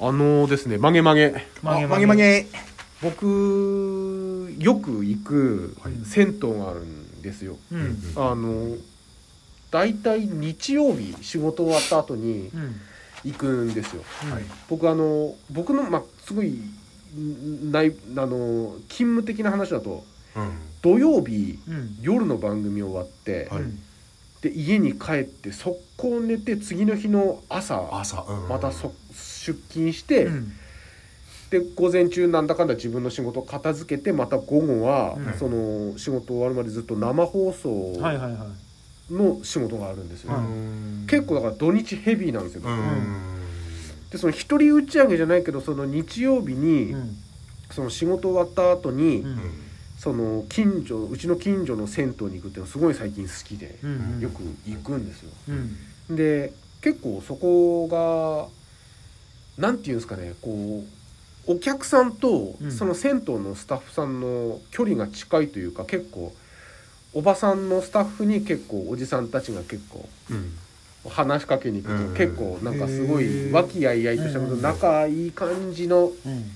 あのですね曲げ曲げ曲げ曲げ曲げ僕よく行く銭湯があるんですよ、うんあの大体日曜日仕事終わった後にうん行くんですよはい僕あの僕のまあすごいんないあの勤務的な話だとうん土曜日うん夜の番組終わって、はいで家に帰って速攻寝て次の日の朝朝うんまたそ出勤して、うんで午前中なんだかんだ自分の仕事を片付けてまた午後は、うんその仕事終わるまでずっと生放送はいはいはいの仕事があるんですよ、はいうん結構だから土日ヘビーなんですよ、うんでその一人打ち上げじゃないけどその日曜日に、うんその仕事終わった後に、うんその近所うちの近所の銭湯に行くっていうのすごい最近好きで、うんうんよく行くんですようんで結構そこがなんていうんですかねこうお客さんとうんその銭湯のスタッフさんの距離が近いというか結構おばさんのスタッフに結構おじさんたちが結構うん話しかけに行くうんと結構なんかすごへいー和気あいあいとしたことうん仲いい感じのうん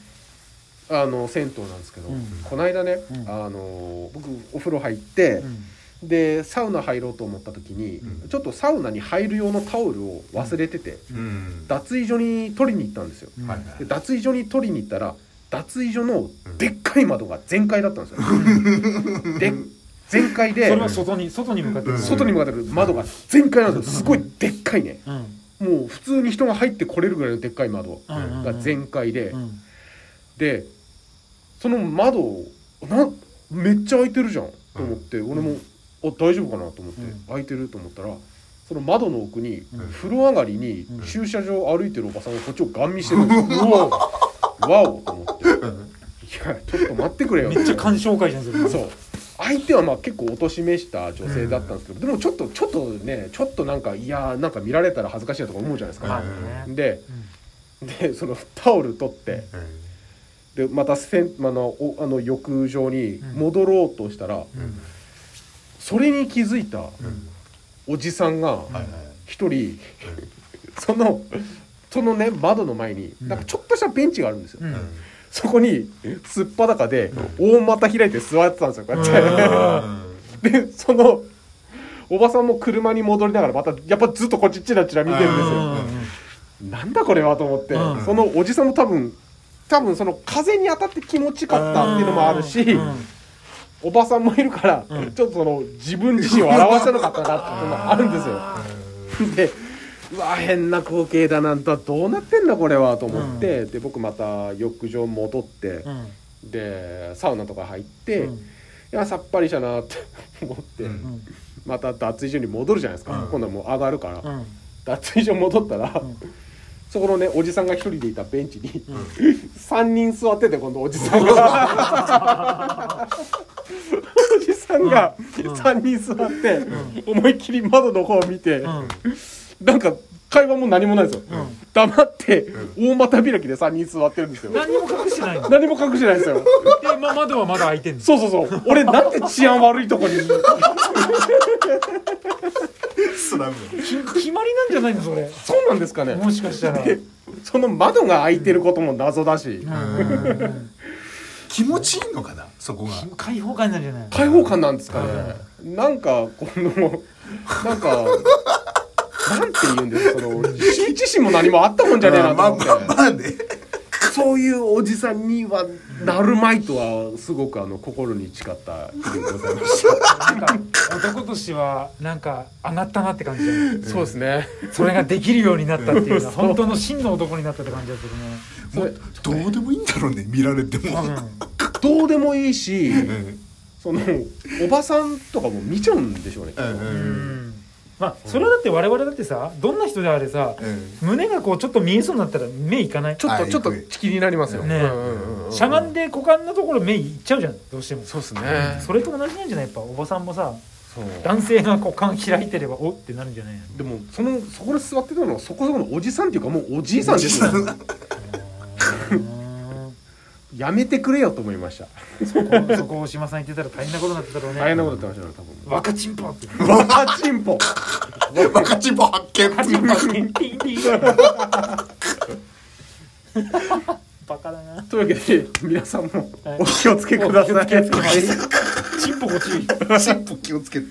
あの銭湯なんですけどうんこの間ねうんあの僕お風呂入って、うんでサウナ入ろうと思った時に、うんちょっとサウナに入る用のタオルを忘れてて、うん脱衣所に取りに行ったんですようんはいはでい脱衣所に取りに行ったら脱衣所のでっかい窓が全開だったんですよ、で全開そでれは外に外に向かってうん外に向かってくる窓が全開なんですよすごいでっかいねうんもう普通に人が入ってこれるぐらいのでっかい窓うんうんうんが全開で、うんでその窓をなんめっちゃ開いてるじゃんと思って、俺もあ大丈夫かなと思って、うん開いてると思ったらその窓の奥に、うん風呂上がりにうん駐車場を歩いてるおばさんがこっちをガン見してるんですよ、うわおと思って「いやちょっと待ってくれよ」めっちゃ鑑賞会じゃんそれそう相手はまあ結構おとしめした女性だったんですけど、でもちょっとちょっとねちょっとなんかいやーなんか見られたら恥ずかしいなとか思うじゃないですまあか、ねででそのタオル取って、でまたせんあのおあの浴場に戻ろうとしたら、うんうんそれに気づいたおじさんがはいはい一人、そのそのね窓の前にうんなんかちょっとしたベンチがあるんですよ、うんそこにすっぱだかで大股開いて座ってたんですよこうやって、でそのおばさんも車に戻りながらまたやっぱずっとこっちチラチラ見てるんですうよ、んうんなんだこれはと思って、うんそのおじさんも多分多分その風に当たって気持ちよかったっていうのもあるし、うんおばさんもいるから、うんちょっとその自分自身を表せなかったなってこともあるんですよ。でうわ変な光景だなんとどうなってんだこれはと思って、で僕また浴場戻って、うんでサウナとか入って、ういんやさっぱりしたなって思って、うんまた脱衣所に戻るじゃないですか、うん今度はもう上がるから、うんうん脱衣所戻ったら、んそこのねおじさんが一人でいたベンチに、ん3人座ってて今度おじさんがおじさんが3人座って、思いっきり窓の方を見て、うんなんか会話も何もないですよ、ん黙って大股開きで3人座ってるんですよ何も隠してないの何も隠してないですよでま窓はまだ開いてんのそうそうそう俺なんて治安悪いとこにスラムき決まりなんじゃないのそれそうなんですかねもしかしたらでその窓が開いてることも謎だし、気持ちいいのかなそこが開放感なんじゃない開放感なんですかね、なんかこのなんかなんて言うんですかその羞恥心も何もあったもんじゃねえなとまあ思って、まあまあねそういうおじさんにはなるまいとはすごくあの心に誓った日でございましなんか男としてはなんか上がったなって感じだねたそうですねそれができるようになったっていうのは本当の真の男になったって感じがするねそれどうでもいいんだろうね見られてもどうでもいいしうんそのおばさんとかも見ちゃうんでしょうねうんううんんまあそれはだって我々だってさどんな人であれさうん胸がこうちょっと見えそうになったら目いかないちょっあとちょっといくい気になりますよ、ねうんうんうんしゃがんで股間のところ目いっちゃうじゃんどうしてもそうですねそれと同じなんじゃないやっぱおばさんもさそう男性が股間開いてればおってなるんじゃないのでもそのそこで座ってたのはそこそこのおじさんっていうかも うおじいさんですよやめてくれよと思いましたそこそこ大島さん言ってたら大変なことになってたろうね大変なこと言ってましたね多分若チンポって若チンポ若ちんぽ発見若チンポってピンピンピンバカだなというわけで皆さんもはいお気をつけください。お気をつけくださいチンポご注意チップ気をつけて